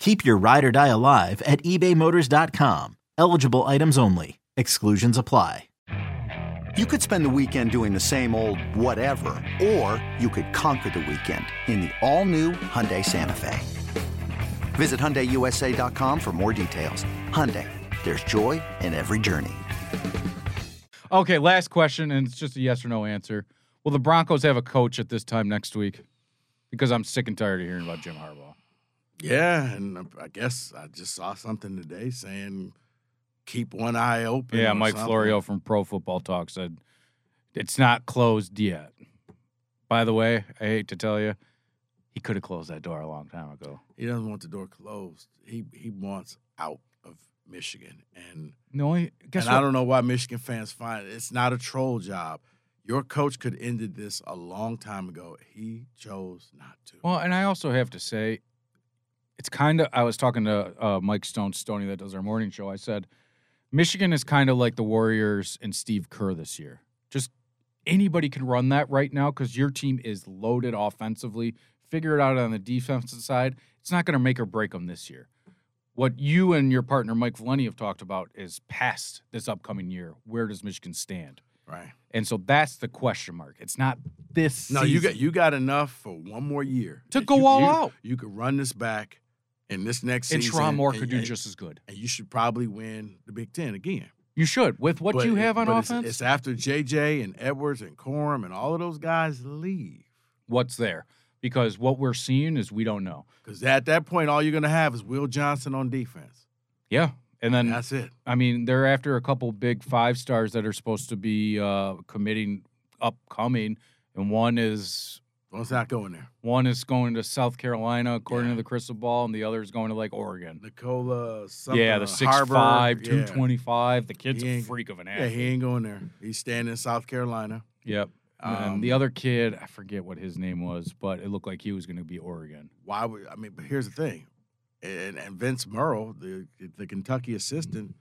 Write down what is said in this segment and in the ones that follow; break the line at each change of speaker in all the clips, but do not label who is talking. Keep your ride or die alive at ebaymotors.com. Eligible items only. Exclusions apply.
You could spend the weekend doing the same old whatever, or you could conquer the weekend in the all-new Hyundai Santa Fe. Visit HyundaiUSA.com for more details. Hyundai, there's joy in every journey.
Okay, last question, and it's just a yes or no answer. Will the Broncos have a coach at this time next week? Because I'm sick and tired of hearing about Jim Harbaugh.
Yeah, and uh, I guess I just saw something today saying keep one eye open.
Yeah,
or
Mike
something.
Florio from Pro Football Talk said it's not closed yet. By the way, I hate to tell you, he could have closed that door a long time ago.
He doesn't want the door closed. He he wants out of Michigan, and
No, I guess
and I don't know why Michigan fans find it's not a troll job. Your coach could ended this a long time ago. He chose not to.
Well, and I also have to say, it's kind of. I was talking to uh, Mike Stone Stoney that does our morning show. I said, Michigan is kind of like the Warriors and Steve Kerr this year. Just anybody can run that right now because your team is loaded offensively. Figure it out on the defensive side. It's not going to make or break them this year. What you and your partner Mike Valeni have talked about is past this upcoming year. Where does Michigan stand?
right?
And so that's the question mark. It's not this.
No, you
season.
got you got enough for one more year
To
If
go
you-
all
you-
out.
You could run this back, in this next
And
season,
Sharon Moore
and-
could do
and-
just as good.
And you should probably win the Big Ten again.
You should with what
But
you
it-
have on
but it's-
offense.
It's, after JJ and Edwards and Corum and all of those guys leave.
what's there because what we're seeing is we don't know.
Because at that point, all you're going to have is Will Johnson on defense.
Yeah, and then
And that's it.
I mean they're after a couple big five stars that are supposed to be uh, committing upcoming, and one is
Well, it's not going there.
one is going to South Carolina according
Yeah.
to the crystal ball, and the other is going to like Oregon.
Nicola, something.
Yeah, the
uh,
six
Harbor,
five,
yeah.
two twenty five. The kid's
He
a
ain't-
freak of an
Yeah,
athlete.
he ain't going there. He's staying in South Carolina.
yep.
Um,
and the other kid, I forget what his name was, but it looked like he was going to be Oregon.
Why would I mean? But here's the thing, and and Vince Merle, the the Kentucky assistant.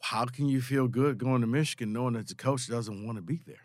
How can you feel good going to Michigan knowing that the coach doesn't want to be there?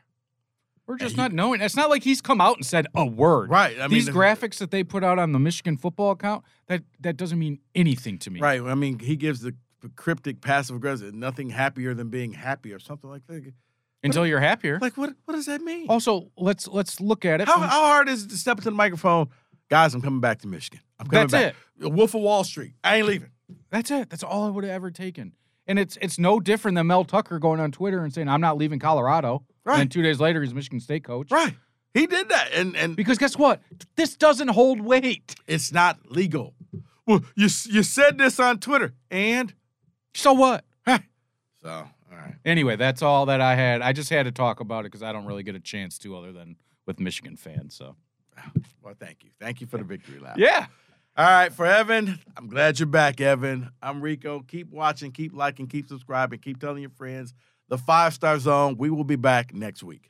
We're just
you-
not knowing. It's not like he's come out and said a word.
Right. I mean,
These
the-
graphics that they put out on the Michigan football account that that doesn't mean anything to me.
Right. I mean, he gives the cryptic passive aggressive nothing happier than being happy or something like that.
Until you're happier.
Like what? What does that mean?
also, let's let's look at it.
how,
from-
how hard is it to step into the microphone, guys? I'm coming back to Michigan. I'm coming
That's
back. It. Wolf of Wall Street. I ain't leaving.
that's it. That's all I would have ever taken. And it's it's no different than Mel Tucker going on Twitter and saying I'm not leaving Colorado. And then
Right.
two days later he's Michigan State coach.
Right. He did that, and and
Because guess what? This doesn't hold weight.
it's not legal. Well, you s- you said this on Twitter, and
So what?
huh. so all right.
Anyway, that's all that I had. I just had to talk about it because I don't really get a chance to other than with Michigan fans. So
Well, thank you, thank you for the victory lap.
yeah.
All right, for Evan, I'm glad you're back, Evan. I'm Rico. Keep watching, keep liking, keep subscribing, keep telling your friends. The Five Star Zone. We will be back next week.